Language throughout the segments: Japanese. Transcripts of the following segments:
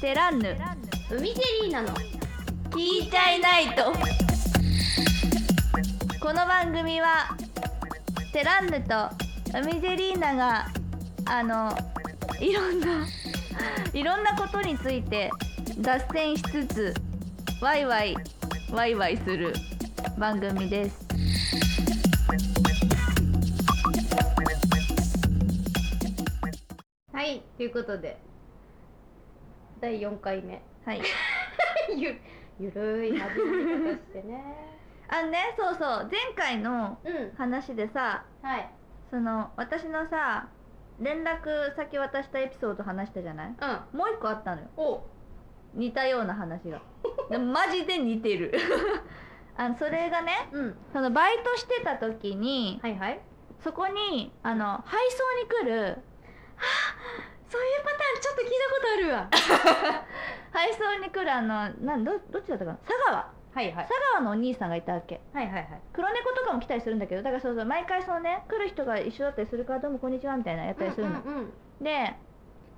セランヌ海セリーナの聞いちゃいないとこの番組はセランヌと海ゼリーナがあのいろんな いろんなことについて脱線しつつワイワイワイワイする番組ですはいということで第4回目 はいゆゆるい始め方してねあのねそう そう前回のうん話でさはいその私のさ連絡先渡したエピソード話したじゃないうんもう一個あったのよお似たような話がでもマジで似てる あのそれがねうんそのバイトしてた時に、はいはいそこにあの配送に来るそういうパターンちょっと聞いたことあ るわ配送に来るあのなんどどっちだったかな佐川はいはい佐川のお兄さんがいたわけはいはいはい黒猫とかも来たりするんだけどだからそうそう毎回そのね来る人が一緒だったりするからどうもこんにちはみたいなやったりするの、うんうんで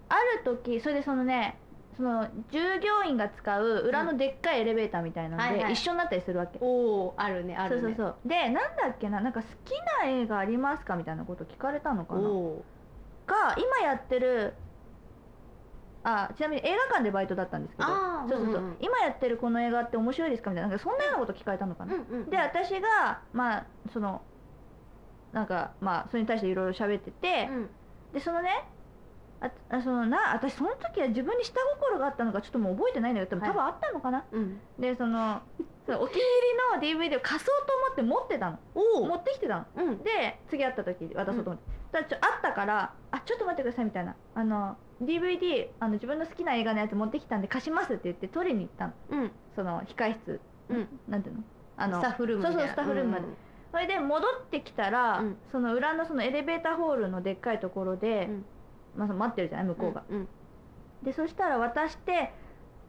ある時それでそのねその従業員が使う裏のでっかいエレベーターみたいなので、はいはい一緒になったりするわけ、おおあるねあるねそうそうそうでなんだっけななんか好きな映画ありますかみたいなこと聞かれたのかなおおが今やってるあちなみに映画館でバイトだったんですけどあーそうそうそう、うんうん今やってるこの映画って面白いですかみたいななんかそんなようなこと聞かれたのかうんな、うんで私がまあそのなんかまあそれに対していろいろ喋ってて、うんでそのねああそのな私その時は自分に下心があったのかちょっともう覚えてないんだけど多分多はい分あったのかな、うんでそのそのお気に入りの DVD を貸そうと思って持ってたのお持ってきてたのうんで次会った時渡そうと思って、だからちょあったから「あちょっと待ってください」みたいな「あの DVD あの自分の好きな映画のやつ持ってきたんで貸します」って言って取りに行ったのうんその控室うんなんていうのあのスタッフルームそうそうスタッフルームまでそれで戻ってきたら、うんその裏のそのエレベーターホールのでっかいところで、うんまあ、その待ってるじゃない向こうが、うんでそしたら渡して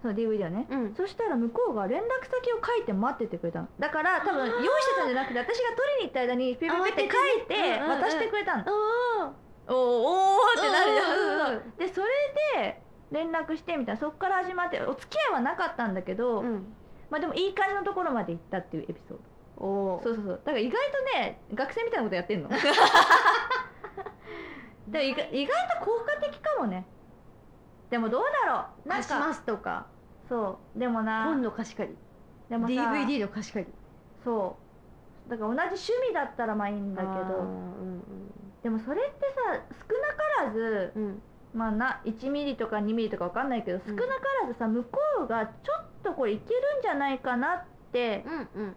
その DVD をねうんうんそしたら向こうが連絡先を書いて待っててくれたのだから多分用意してたんじゃなくて私が取りに行った間にピピピって書いて慌ててねうんうんうん渡してくれたのおおおーおーってなるじゃんうんうそんうんうそうでそれで連絡してみたいなそっから始まってお付き合いはなかったんだけど、うんまあでもいい感じのところまで行ったっていうエピソードおおそうそうそうだから意外とね学生みたいなことやって んのでも意外意外と効果的かもねでもどうだろうなん貸しかますとかそうでもな本の貸し借りでもさ DVD の貸し借りそうだから同じ趣味だったらまあいいんだけあーうどんでもそれってさ少なからずうんうんまあな1ミリとか2ミリとかわかんないけどう少んなからずさ向こうがちょっとこれいけるんじゃないかなってうんうん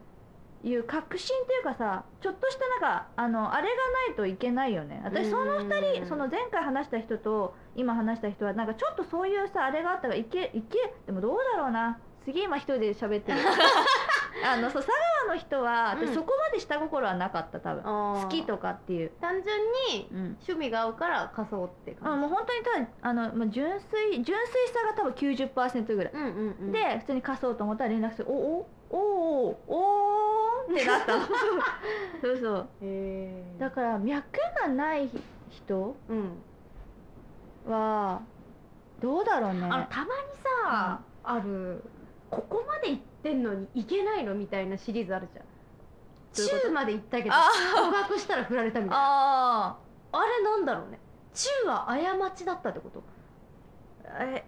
いう確信っていうかさちょっとしたなんかあのあれがないといけないよね私その2うん人その前回話した人と今話した人はなんかちょっとそういうさあれがあったらいけいけでもどうだろうな次今一人で喋って るあのそう佐川の人は、うんそこまで下心はなかった多分好好きとかっていう、単純にうん、趣味が合うから仮想ってあ感じもう本当にただあのもう純粋純粋さが多分90%ぐらい、うんうんうんで普通に貸そうと思ったら連絡する「おおおおおおーんってな ったのそうそう へーだから脈がない人うんはどうだろうねあのたまにさあるここまで行ってんのに行けないのみたいなシリーズあるじゃんどういうこと中まで行ったけどあ告白したら振られたみたいなああれなんだろうね中は過ちだったってことーえ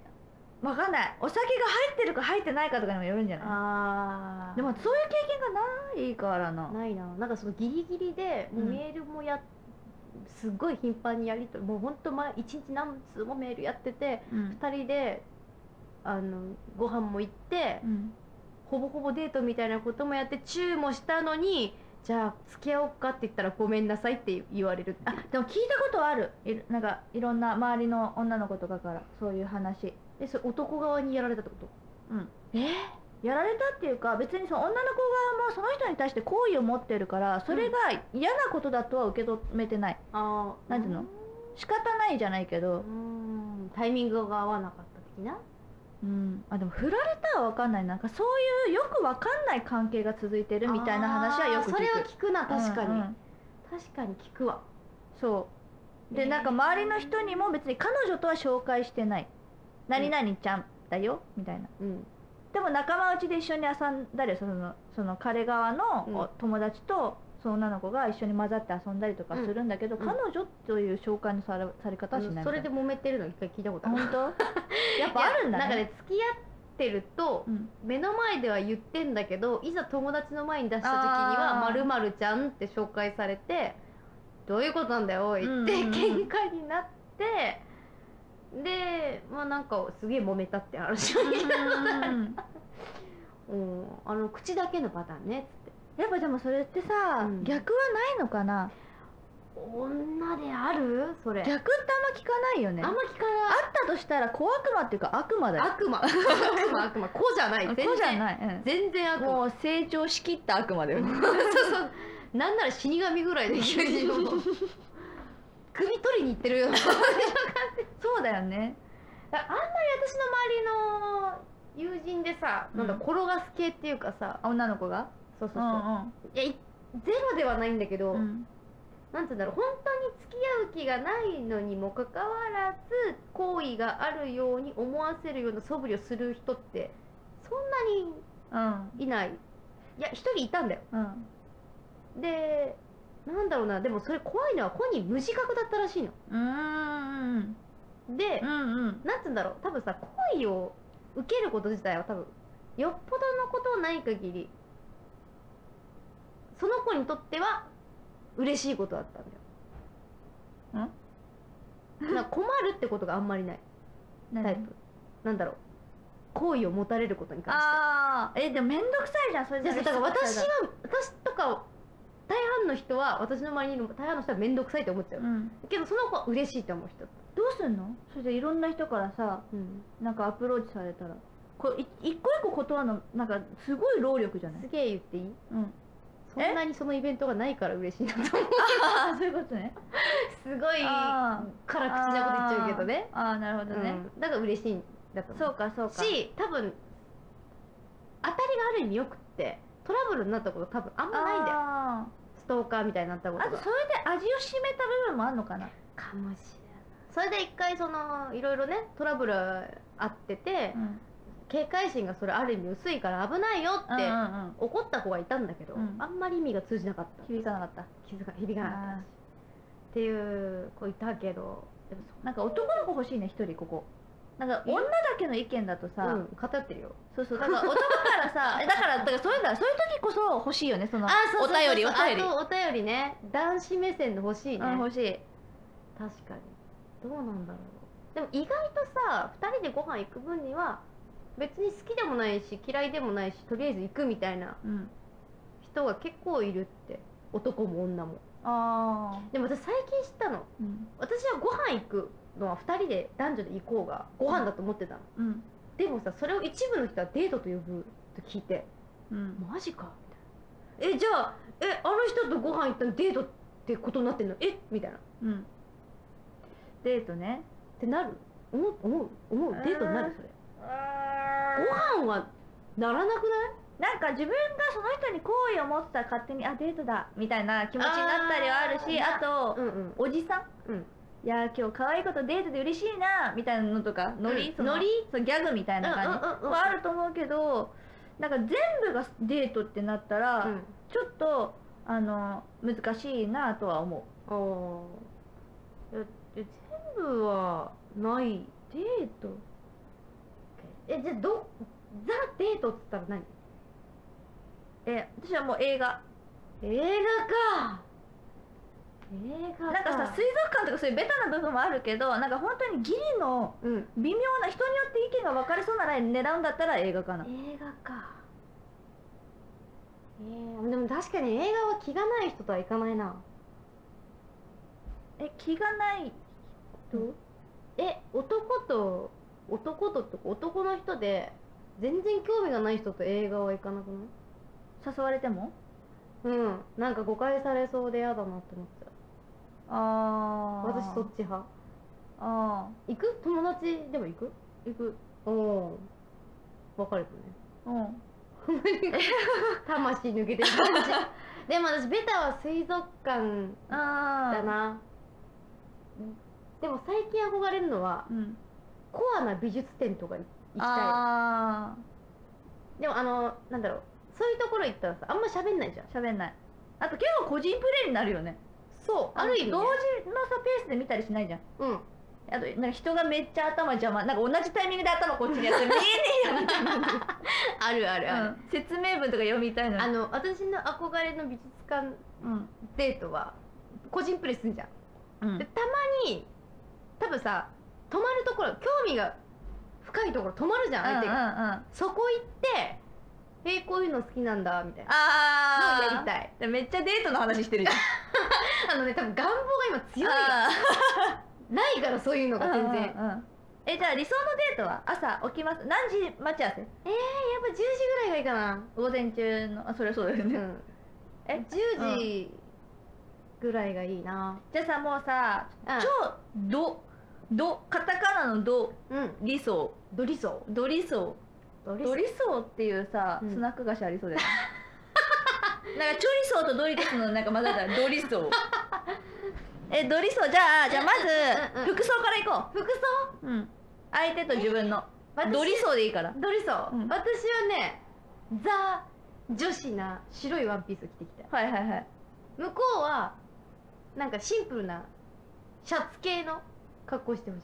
わかんないお酒が入ってるか入ってないかとかにもよるんじゃなあいででももそういう経験がないからなないななんかそのギリギリでもううんメールもや、すっごい頻繁にやりとりもうほんと毎一日何通もメールやっててうん、 2人であのご飯も行ってうんほぼほぼデートみたいなこともやってチューもしたのにじゃあ付き合おうかって言ったらごめんなさいって言われるってあでも聞いたことはあるいろなんかいろんな周りの女の子とかからそういう話でそれ男側にやられたってことうんえやられたっていうか別にその女の子側もその人に対して好意を持ってるからそれが嫌なことだとは受け止めてないあーなんていうの仕方ないじゃないけうど、んタイミングが合わなかった的なうん、あでも振られたは分かんないなんかそういうよく分かんない関係が続いてるみたいな話はよく聞くあーそれは聞くな確かに、うんうん確かに聞くわそうえでーなんか周りの人にも別に彼女とは紹介してない何々ちゃんだよみたいなうんでも仲間内で一緒に遊んだりそのその彼側のうんお友達と、その女の子が一緒に混ざって遊んだりとかするんだけど、うん彼女という紹介のされされ方あはしないみたのいそれで揉めてるの一回聞いたことあ本 る当やっぱあるんだねなんかね付き合ってるとうん、目の前では言ってんだけどいざ友達の前に出した時にはあ「まーるまるちゃん」って紹介されて「どういうことなんだよおい」うんうんっうてん喧嘩になってでまあなんかすげえ揉めたって話を聞いたうん うんあの口だけのパターンねつっ てやっぱでもそれってさ、うん逆はないのかな女であるそれ逆ってあんま聞かないよねあんま聞かあっなたいとしたら小悪魔っていうか悪魔だよ悪 魔悪魔悪魔子じゃないあ全こうじゃ然ない、うん全然悪魔もう成長しきった悪魔だよねそうそうなんなら死神ぐらいで急にもう首取りに行ってるよう な私のそうだよね周りの友人でさ、なんだうん転がす系っていうかさあ女の子がそうそうそう、いやいゼロではないんだけど、うんうんなんて言うんだろう本当に付き合う気がないのにもかかわらず好意があるように思わせるような素振りをする人ってそんなうんにいないいや一人いたんだようんでなんだろうなでもそれ怖いのは本人無自覚だったらしいのうんで、うんうんなんつうんだろう多分さ好意を受けること自体は多分よっぽどのことない限りその子にとっては嬉しいことだったんだよ。ん なんか困るってことがあんまりないタイプ。なんだろう好意を持たれることに関して。ああえでも面倒くさいじゃんそれじゃあさだから私はは私とか大半の人は私の周りにいる大半の人は面倒くさいって思っちゃう、うんけどその子は嬉しいと思う人、どうすんのそれでいろんな人からさなんかアプローチされたらこうい一個一個断るのなんかすごい労力じゃ ないすげえ言っていいうんそんなにそのイベントがないから嬉しいなと思うああそういうことねすごいあ辛口なこと言っちゃうけどね。あーあーなるほどね、うんだから嬉しいんだとそ思うかそううかし多分当たりがある意味よくってトラブルになったこと多分あんまないんだよあストーカーみたいになったーこあととがそれで味を占めた部分もあるのかなかもしれないそれで一回そのいろいろねトラブルあってて、うん警戒心がそれある意味薄いから危ないよって、うん怒った子がいたんだけど、うんあんまり意味が通じなかった響かなかった気づか響かなかったあーっていう子いたけどでもなんか男の子欲しいね一人ここなんかえ女だけの意見だとそさ、うん、偏ってるよそうそうだから男から さえだからだからそういうのはそういう時こそ欲しいよねそのお便りお便りあとお便りね男子目線の欲しういね、ん確欲しいかにどうなんだろうでも意外とさ2人でご飯行く分には別に好きでもないし嫌いでもないしとりあえず行くみたいなうん人が結構いるって男も女もああでも私最近知ったのうん私はご飯行くのは2人で男女で行こうがご飯だと思ってたの、うんでもさそれを一部の人はデートと呼ぶと聞いてうんマジかみたいなえじゃあえあの人とご飯行ったのデートってことになってんのえみたいなっうんデートねてなる思う思う思うえーデートになるそれご飯はならなくなんか自分がその人に好意を持ってたら勝手にあデートだみたいな気持ちになったりはあるしあーあと、ないうんおじさん、うんいやー今日可愛いことデートで嬉しいなみたいなのとかノリ、うんそのノリそうギャグみたいな感うんうんうんうじんはあると思うけどなんか全部がデートってなったら、うんちょっとあの難しいなとは思ああいやいや全部はないデートえじゃあどザ・デートっつったら何うえ私はもう映画映画か映画なんかさ水族館とかそういうベタな部分もあるけどなんか本当にギリのうん微妙な人によって意見が分かれそうなら狙うんだったら映画かな映画かえー、でも確かに映画は気がない人とは行かないなえ気がない人え男と男とって男の人で全然興味がない人と映画は行かなく誘われてもないうんなんか誤解されそうで嫌だなって思っちゃあうあ私そっち派ああ行く友達でも行く行くおお分かるようん ね魂抜けてる感じでも私ベタは水族館あだな、でも最近憧れるのはうんコアな美術展とか行行きたあいでもあのなんだろうそういうところ行ったらさあんま喋んないじゃんあ喋んないあと結構個人プレイになるよねそうある意味、ね同時のさペースで見たりしないじゃんうんあとなんか人がめっちゃ頭邪魔なんか同じタイミングで頭こっちにやって見えねえよみたいな、 あるあるある、うん、説明文とか読みたいのにあの私の憧れの美術館うんデートは個人プレイすんじゃんうんでたまに多分さ泊まるところ興味が深いところ泊まるじゃん相手が、あそこ行って「えー、こういうの好きなんだ」みたいなあのをーやりたいめっちゃデートの話してるじゃんあのね多分願望が今強いよあないからそういうのが全然ーやっぱうんうんうんえじゃあ理想のデートは朝起きます何時待ち合わせ10時ぐらいがいいかな、午前中のあそれはそうだようね、ん、え10時ぐらいがいいな、じゃあさもうさ、うん超ドドカタカナのドうん、理想ドリソドリソードードリソーっていうさ、うんスナック菓子ありそうだよね なんかチョリソーとドリトスのなんか混ざったらドリソ ーえドリソーじゃあじゃあまうんうんず服装からいこ服装う、うん、相手と自分の私ドリソーでいいからドリソー、うん私はねザ女子な白いワンピースを着てきたはいはいはい向こうはなんかシンプルなシャツ系の格好してほし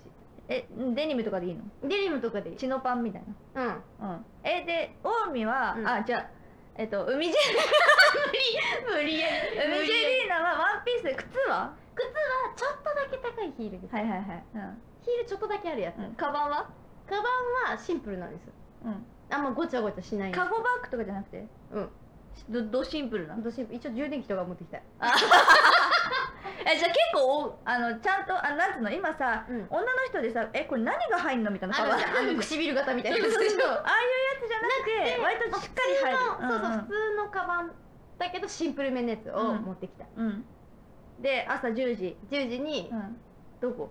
えデニムとかでいいのいデニムとかでいいチノパンみたいうんな、うん、えで近江は、うんあじゃあえっと海ジェ 無理やリー海ジェりリーナはワンピースで靴は靴はちょっとだけ高いヒールです、はいはいはい、ヒールちょっとだけあるやつ、うんうん、カバンは、カバンはシンプルなんですようあんまごちゃごちゃしないん、カゴバッグとかじゃなくてうんどどシンプルなほんとシンプル一応充電器とか持ってきたいえじゃあ結構おあのちゃんとあなんつうの今さ、うん女の人でさえこれ何が入んのみたいなカあるバンじゃんあの唇型みたいなやつそうそうそうあああいうやつじゃなくて 割としっかり入る普通の、そうそう普通のカバンだけどシンプルめのやつを持ってきた、うんうんうんで朝10時、 10時に、うん、うんどこ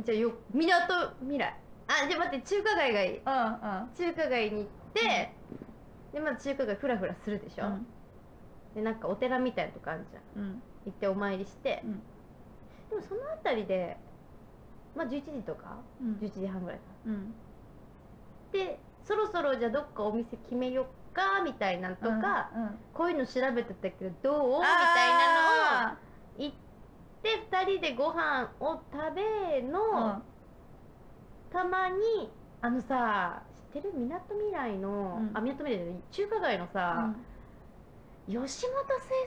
じゃあよみなとみらいあじゃあ待って中華街がいいうん中華街に行って、でまあ中華街フラフラするでしょ、でなんかお寺みたいなとこあるじゃんうんうん行ってお参りして、うんでもその辺りでまあ11時とかうん11時半ぐらいかうんでそろそろじゃあどっかお店決めよっかみたいなんとか、うんうん、こういうの調べてたけどどうみたいなのをあ行って2人でご飯を食べーの、たまにあのさ知ってるみなとみらいの、うんあみなとみらいじゃない中華街のさ、吉本水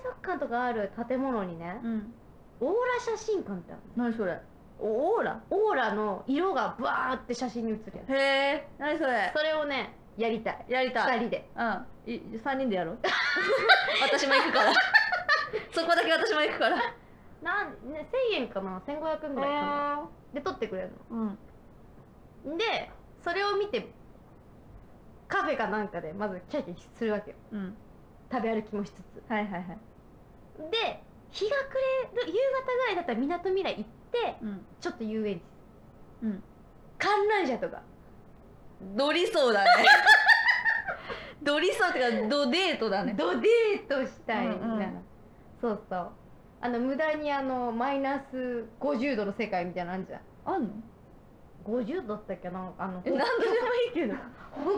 族館とかある建物にね、うん、うん、オーラ写真館ってあるの何それおオーラオーラの色がバーって写真に写るやへえ何それつそれをねやりたいやりたい2人でうん、い3人でやろう 私も行くから そこだけ私も行くからなん、ね、1000円かな1500円ぐらいかな、で撮ってくれるうんのでそれを見てカフェかなんかでまずキャキャするわけようん食べ歩きもしつつはいはいはいで日が暮れる夕方ぐらいだったらみなとみらい行ってうんちょっと遊園地うん観覧車とかドリソーだ ねドリソーってかドデートだねドデートしたいな、うんうんそうそうあの無駄にあのマイナス50度の世界みたいなのあんじゃんあんの50度だったっけなあのえ北何度でもいいけど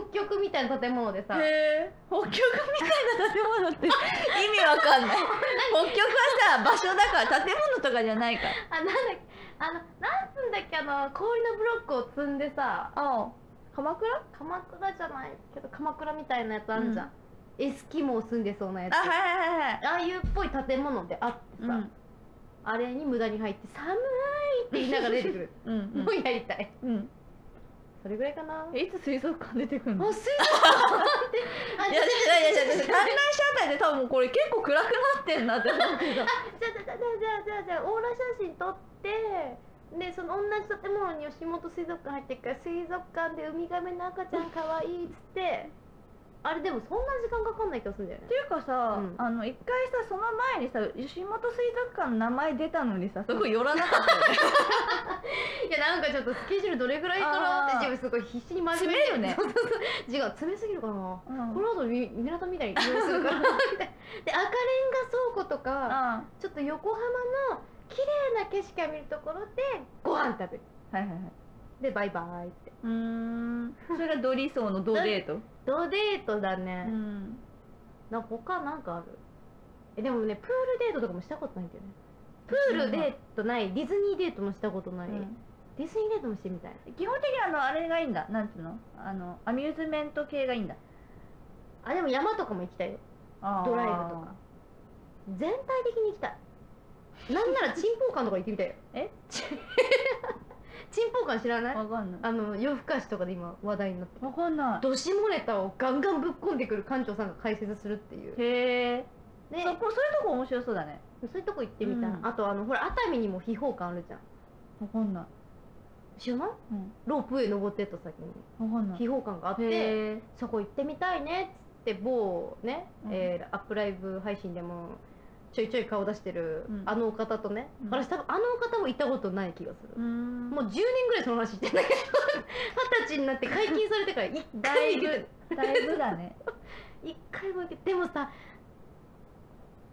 北極みたいな建物でさへえ北極みたいな建物って 意味わかんない北極はさ場所だから建物とかじゃないからあなんだっけあのなんつうんだっけあの氷のブロックを積んでさあ鎌倉鎌倉じゃないけど鎌倉みたいなやつあんじゃん、エスキモを住んでそうなやつあはいはいはいはいああいうっぽい建物であってさ、うんあれに無駄に入って「寒い!」って言いながら出てくる うんもうやりたい うん、それぐらいかなあうん、いつ水族館出てくるの水族館 いや、いやいやいやいや、観覧車あたりで多分これ結構暗くなってん なって思うけど。じゃあじゃあじゃあじゃあじゃあじゃあオーラ写真撮ってでその同じ建物に吉本水族館入ってるから水族館でウミガメの赤ちゃんかわいいっつってあれでもそんな時間かかんない気がするんだよっねていうかさ、うんあの一回さその前にさ吉本水族館の名前出たのにさそこ寄らなかったよねいやなんかちょっとスケジュールどれぐらあー自分すごい必死に真詰面め目るね、違う詰めすぎるかなうん、この後み港みたいに移動するからみたいなで赤レンガ倉庫とかあちょっと横浜の綺麗な景色が見るところでご飯食べるはいはいはいでバイバイってうーんそれがドリソーのドデートドデートだうね、んな他なんかあるえでもねプールデートとかもしたことないんだよねプールデートないディズニーデートもしたことない、うんディズニーデートもしてみたい基本的にあのあれがいいんだなんつうのあのアミューズメント系がいいんだあでも山とかも行きたいよドライブとか全体的に行きたいなんならチンポーカンとか行ってみたいよ え チンポーカン知らないわかんないあの夜更かしとかで今話題になってるわかんなどしもネタをガンガンぶっ込んでくる館長さんが解説するっていういへえねそこそういうとこ面白そうだねそういうとこ行ってみたい、うんあとあのほら熱海にも秘宝館あるじゃんわかんない知らないうんロープウェイ登ってった先にわかんない秘宝館があってへえそこ行ってみたいねっつって某ね、うんえーアップライブ配信でもちょいちょい顔出してるうんあのお方とね、うん私多分あのお方も行ったことない気がする、うんもう10年ぐらいその話してんだけど二十歳になって解禁されてから一だ回いも行けぶだいぶだね一回も行けでもさ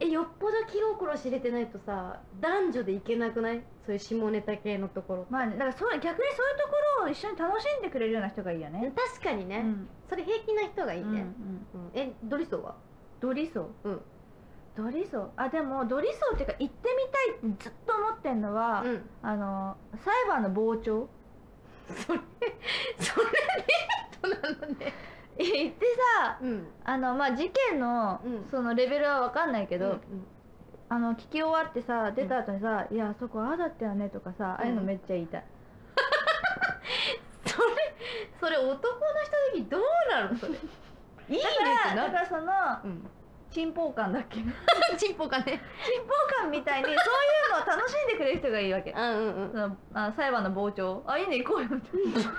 えよっぽど気心知れてないとさ男女で行けなくないそういう下ネタ系のところまあねだからそう逆にそういうところを一緒に楽しんでくれるような人がいいよね確かにね、うんそれ平気な人がいいうんうね、んうんえドリソーはドリソーうんドリソーあでもドリソーっていうか行ってみたいってずっと思ってんのは、うんあの裁判の傍聴それそれデートなのね行ってさうんあのまあ事件の、うんそのレベルは分かんないけけど、あの聞き終わってさ出た後にさ「いやあそこああだったよね」とかさ、ああいうのめっちゃ言いたいそれそれ男の人的にどうなのそれいいねってだなからそのうん沈黙感だっけ沈チンポがね黙感みたいにそういうのを楽しんでくれる人がいいわけうんうんうそのあ裁判の傍聴あいいね行こうよみたいな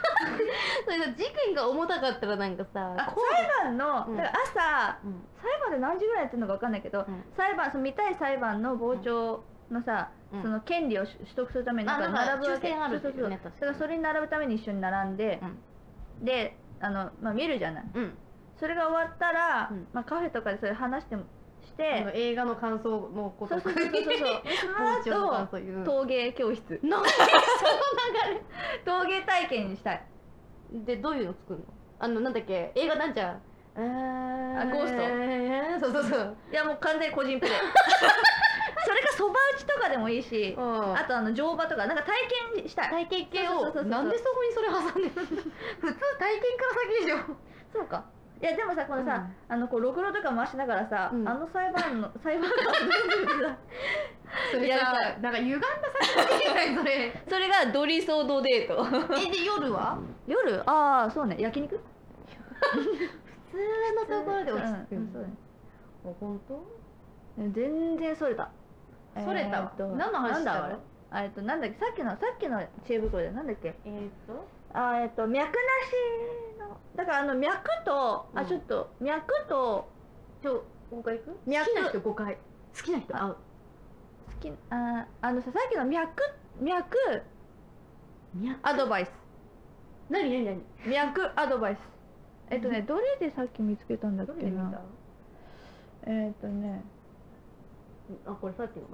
それさ事件が重たかったらなんかさあこう裁判の、うんだから朝うん裁判で何時ぐらいやってるのか分かんないけど、うん裁判その見たい裁判の傍聴のさ、うんその権利を取取得するためになんかあなん並かぶわけ抽選あるってそいううそうそうねだから確かそれに並ぶために一緒に並んで、であの、まあ、見るじゃないうんそれが終わったら、うんまあ、カフェとかでそれ話してもしあての映画の感想のこそとうそうそうそうそうで傍そ聴のの感後想 言う陶芸教室なんで陶芸体験にしたいでどういうの作るのあのなんだっけ映画なんちゃんあゴーストそうそうそういやもう完全に個人プ レイそれかそば打ちとかでもいいしうんあとあの乗馬とかなんか体験したい体験系そうそうそうをそうなんでそこにそれ挟んでる普通体験から先でしそうかいやでもさこのさ、あのこうろくろとか回しながらさ、うんあの裁判 の裁判官のさょそれやりさたなんか歪んだ作品じゃないそれそれがドリソードデートえで夜は夜ああそうね焼肉普通のところで落ち着くうんんそうだねあ本全然それたそれたえーわっと何の話なんだしたのあれえっとなんだっけさっきのさっきの知恵袋でなんだっけえっとあーえっと脈なしのだからあの脈と、うあんちょっと脈とちょ5回行く好き脈な人5回好きな人会う好きあーあのささっきの脈脈脈アドバイス何何何脈アドバイスえっとね、どれでさっき見つけたんだっどれけで見なたえっとねあこれさっきのだ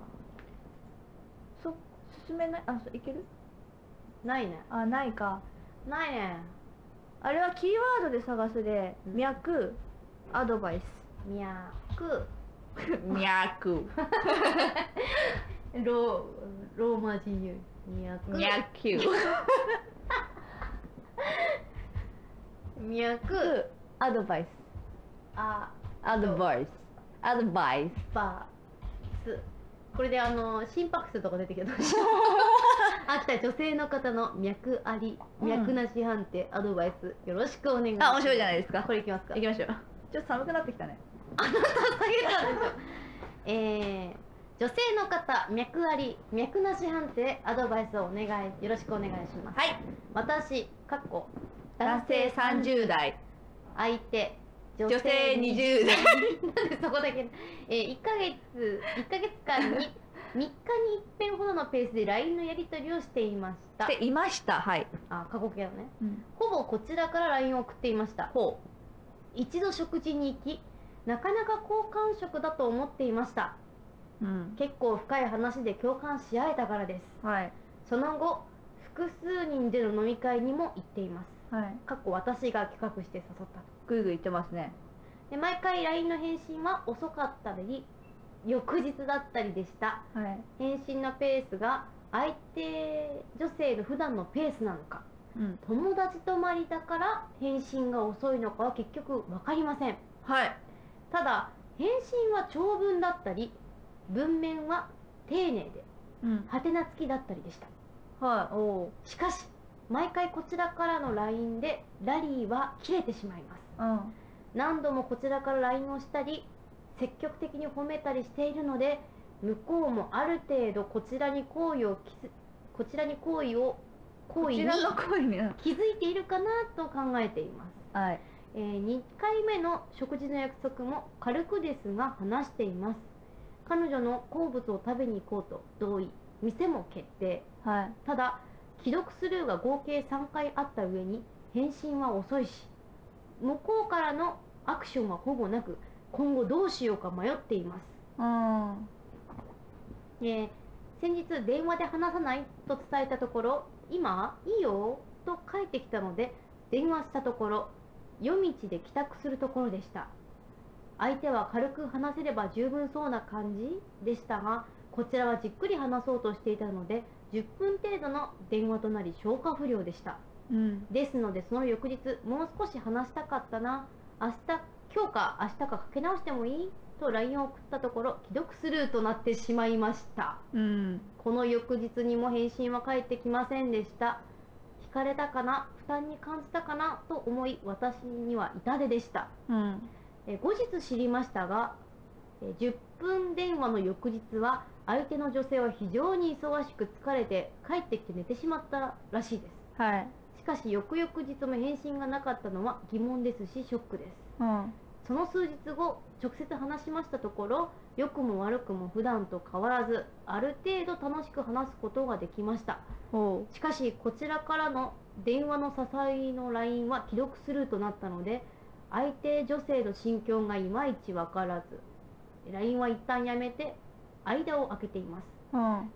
そ進めないあそいけるないねあないかないねあれはキーワードで探すでうん脈アドバイスみやく 脈ローローマ字言うみやく脈みやくアドバイスあアドバイスアドバイスバースこれであの心拍数とか出 てきたどうしようあった女性の方の脈ありうん脈なし判定、アドバイスよろしくお願いしますあ面白いじゃないですかこれいきますか行 きましょうちょっと寒くなってきたね下げたんでしょえー女性の方脈あり脈なし判定アドバイスをお願いよろしくお願いしますはい私かっこ男性30代相手女女性20代なんでそこだけ、えー、1ヶ月1ヶ月間に3日に一遍ほどのペースで LINE のやり取りをしていましたっていましたはい、あ過去形だねほぼこちらから LINE を送っていましたほ一度食事に行きなかなか好感触だと思っていましたう、うん、結構深い話で共感し合えたからですはいその後複数人での飲み会にも行っていますはいかっこ私が企画して誘ったとグイグイ言ってますねで毎回 LINE の返信は遅かったり翌日だったりでしたはい返信のペースが相手女性の普段のペースなのかうん友達泊まりだから返信が遅いのかは結局分かりませんはいただ返信は長文だったり文面は丁寧でうんはてな付きだったりでしたはいおおしかし毎回こちらからの LINE でラリーは切れてしまいますうん何度もこちらから LINE をしたり積極的に褒めたりしているので向こうもある程度こちらに好意をきずこちらに好意を好こ意ちにらの恋に気づいているかなと考えています、はいえー2回目の食事の約束も軽くですが話しています彼女の好物を食べに行こうと同意店も決定はいただ既読スルーが合計3回あった上に返信は遅いし向こうからのアクションはほぼなく今後どうしようか迷っています、うんはえー先日電話で話さないと伝えたところ今いいよと返ってきたので電話したところ夜道で帰宅するところでした相手は軽く話せれば十分そうな感じでしたがこちらはじっくり話そうとしていたので10分程度の電話となり消化不良でしたうんですのでその翌日もう少し話したかったな明日今日か明日かかけ直してもいいと LINE を送ったところ既読スルーとなってしまいましたうんこの翌日にも返信は返ってきませんでした惹かれたかな負担に感じたかなと思い私には痛手でしたうんえー後日知りましたがえー10分電話の翌日は相手の女性は非常に忙しく疲れて帰ってきて寝てしまったらしいですはいしかし翌々日も返信がなかったのは疑問ですしショックですうんその数日後直接話しましたところ良くも悪くも普段と変わらずある程度楽しく話すことができましたほしかしこちらからの電話の誘いの LINE は既読スルーとなったので相手女性の心境がいまいち分からず LINE は一旦やめて間を空けていますううん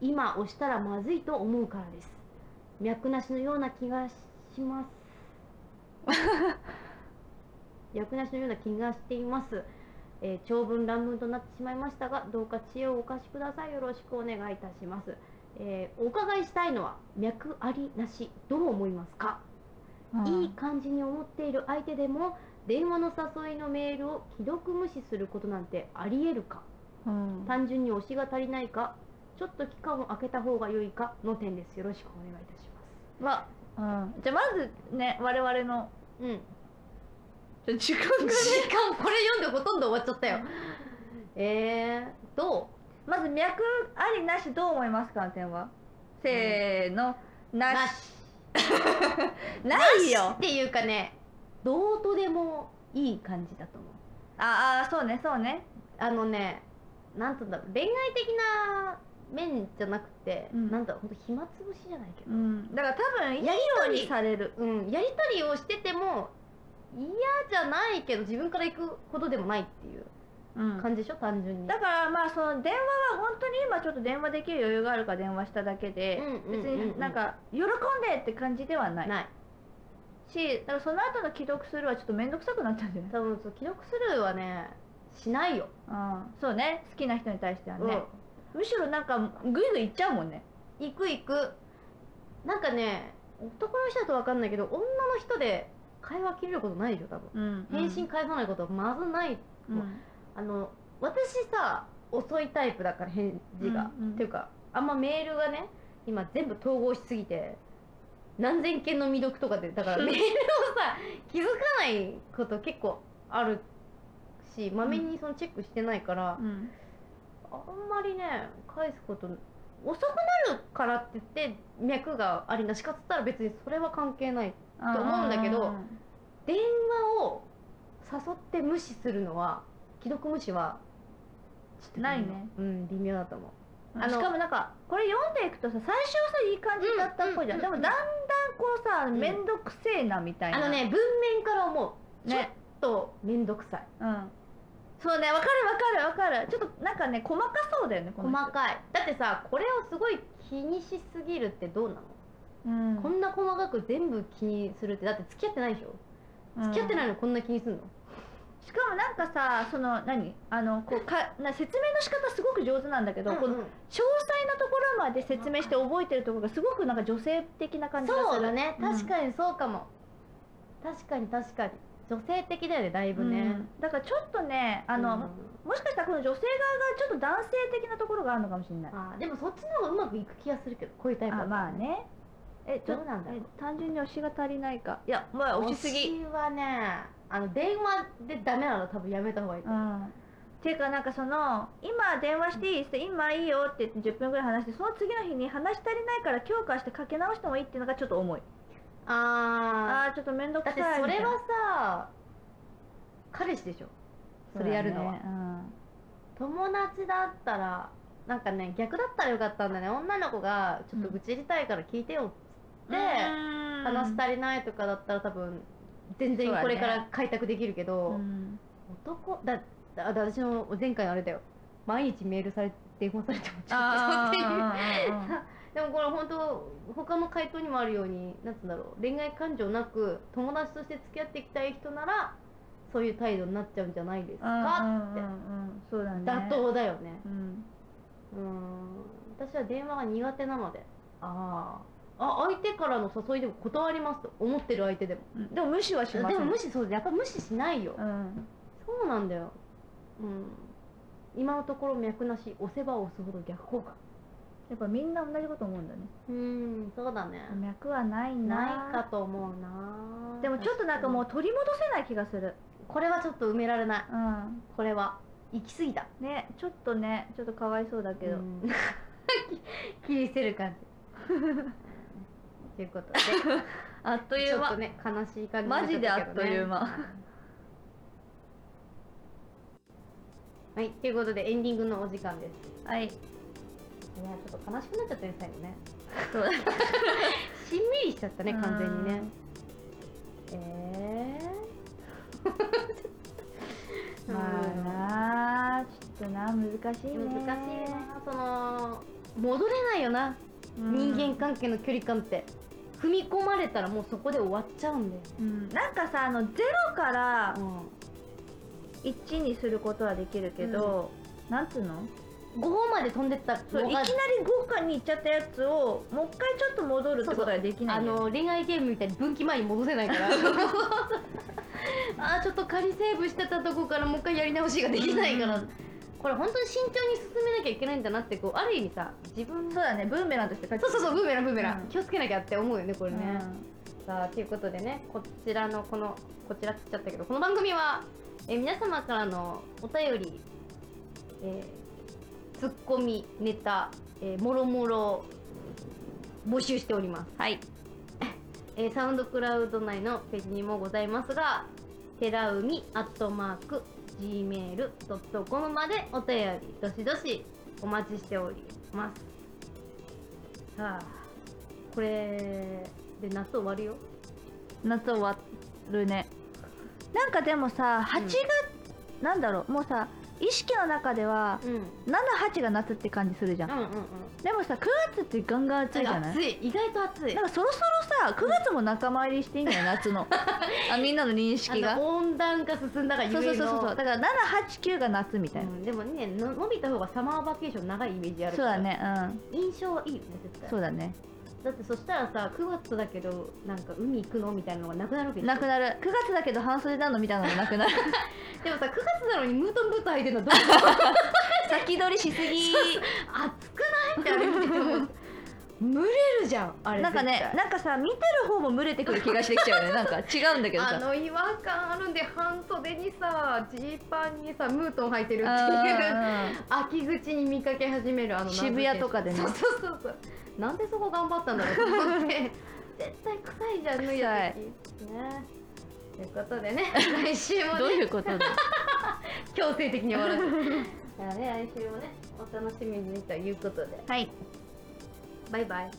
今押したらまずいと思うからです脈なしのような気がします 脈なしのような気がしています、えー長文乱文となってしまいましたがどうか知恵をお貸しくださいよろしくお願いいたします、えーお伺いしたいのは脈ありなしどう思いますか、うんいい感じに思っている相手でも電話の誘いのメールを既読無視することなんてありえるかうん単純に推しが足りないかちょっと期間を空けた方が良いかの点ですよろしくお願いいたしままあ、うん、じゃあまずね我々のすうんち ょ時間時間これ読んでほとんど終わっちゃったよ えー、どまず脈ありなしどう思いますかの点はせーのうななししないよっていうかねどうとでもいい感じだと思うああそうねそうねあのねなんとだろう恋愛的な面じゃなくて、うんなんだろうほんと暇つぶしじゃないけど、うんだから多分やりとり一緒にされるうん、やり取りをしてても嫌じゃないけど自分から行くほどでもないっていううん感じでしょ、単純にだからまあその電話は本当に今ちょっと電話できる余裕があるから電話しただけで、別別になんか喜んでって感じではないないしだからその後の既読するはちょっと面倒くさくなったんじゃない多分そう記録スルーはねしないよ、うんそうね好きな人に対してはね、むしろなんかグイグイいっちゃうもんね行く行くなんかね男の人だと分かんないけど女の人で会話切れることないでしょ多分うん返信返さないことはまずない、うんあの私さ遅いタイプだから返事が、うんうんっていうかあんまメールがね今全部統合しすぎて何千件の未読とかで だからメールをさ気づかないこと結構あるしまめにそのチェックしてないから、うんあんまりね返すこと遅くなるからって言って脈がありなしかっつったら別にそれは関係ないと思うんだけど電話を誘って無視するのは既読無視はちょっとないねうん微妙だと思うあのしかもなんかこれ読んでいくとさ最初はさいい感じだったっぽいじゃん,、うんうんうんうんでもだんだんこうさん面倒くせえなみたいなあのね文面から思うちょっねと面倒くさいうんそうねわかるわかるわかるちょっとなんかね細かそうだよねこの細人かいだってさこれをすごい気にしすぎるってどうなのうんこんな細かく全部気にするってだって付き合ってないでしょ付き合ってないのにこんな気にすんの、しかもなんかさその何あのこうかな説明の仕方すごく上手なんだけど、この詳細なところまで説明して覚えてるところがすごくなんか女性的な感じがするそうだねうん確かにそうかも、確かに確かに女性的だよねだいぶね、うんだからちょっとねあの、うんもしかしたらこの女性側がちょっと男性的なところがあるのかもしれないあーでもそっちの方がうまくいく気がするけどこういうタイプだあったらまあねえちょどうなんだろうえ単純に押しが足りないかいやまあ押しすぎ推しはねあの電話でダメなの多分やめた方がいい、うんっていうかなんかその今電話していいって今いいよって言って10分ぐらい話してその次の日に話し足りないから強化してかけ直してもいいっていうのがちょっと重いああーちょっと面倒ーくださっいてそれはさ彼氏でしょみたいなそれやるのは、そうだね友達だったらなんかね逆だったらよかったんだね女の子がちょっと愚痴りたいから聞いてよっうんて、うん話し足りないとかだったら多分全然これから開拓できるけど、うん男だだだ私の前回のあれだよ毎日メールされて電話されてもちょっとっていうあーうんうんうんうんでもこれ本当他の回答にもあるようになんつうんだろう恋愛感情なく友達として付き合っていきたい人ならそういう態度になっちゃうんじゃないですか、うんうんうんそうだね妥当だよねうんうーん私は電話が苦手なのであーあ相手からの誘いでも断りますと思ってる相手でもうんでも無視はしでますも無視視そうやっぱ無視しないよ、うんそうなんだようん今のところ脈なし押せば押すほど逆効果やっぱみんな同じこと思うんだねうーんそうだね脈はないないかなと思うなでもちょっとなんかもう取り戻せない気がするこれはちょっと埋められないうんこれは行き過ぎたねちょっとねちょっとかわいそうだけけどど、 切り捨てる感じということであっとちょっとね悲しい感じになっちゃたけどねマジであっという間はいということでエンディングのお時間ですはいいやちょっと悲しくなっちゃったね最後ねそうだしんみりしちゃったねうん完全にねえ ーまあなあちょっとな難しいね難しいなその戻れないよな、うん人間関係の距離感って踏み込まれたらもうそこで終わっちゃうんだよ、うん、なんかさあのゼロから1にすることはできるけど、なんつうの5本まで飛んでったそういのきがなり豪華に行っちゃったやつをもう一回ちょっと戻るってことができないあんだよねの恋愛ゲームみたいに分岐前に戻せないから あーちょっと仮セーブしてたとこからもう一回やり直しができないから、うんこれ本当に慎重に進めなきゃいけないんだなってこうある意味さ自分そうだねブーメランとして書そうそうそうブーメランブーメラン、うん気をつけなきゃって思うよねこれね、ね、さあということでねこちらのこのこちらって言っちゃったけどこの番組は、えー皆様からのお便り、えー、ツッコミネタ、えー、もろもろ募集しております、はい えーサウンドクラウド内のページにもございますが寺海アットマーク gmail.com までお便りどしどしお待ちしておりますさあこれで夏終わるよ夏終わるねなんかでもさ8うん月、なんだろうもうさ意識の中ではうん78が夏って感じするじゃんうんうんうんでもさ9月ってガンガン暑いじゃない暑い意外と暑いなんかそろそろさ9月も仲間入りしていいん だよ夏のあみんなの認識あがの温暖化進んだがゆえそのうそうそうそうだから789が夏みたいな、うんでもねの伸びた方がサマーバケーション長いイメージあるそかうらだね印象はいいよね絶うん対そうだねだってそしたらさ9月だけどなんか海行くのみたいなのがなくなるわけでしょなくなる9月だけど半袖なのみたいなのもな くなるでもさ9月なのにムートンブート履いてるのどうしよう先取りしすぎ暑くないってあれ見てても蒸れるじゃんあれなんかねなんかさ見てる方も群れてくる気がしてきちゃうよねなんか違うんだけどあさの違和感あるんで半袖にさジーパンにさムートン履いてるっていうあ秋口に見かけ始めるあの渋谷とかでねそうそうそうそうなんでそこ頑張ったんだろ うと思って絶対臭いじゃん脱いだ時ねということ でね来週もーどうねいうことだ強制的に終わ らずじゃあね来週もねお楽しみにということではいバイバイ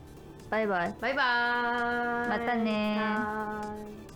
バイバイバイバーイまたねーはーい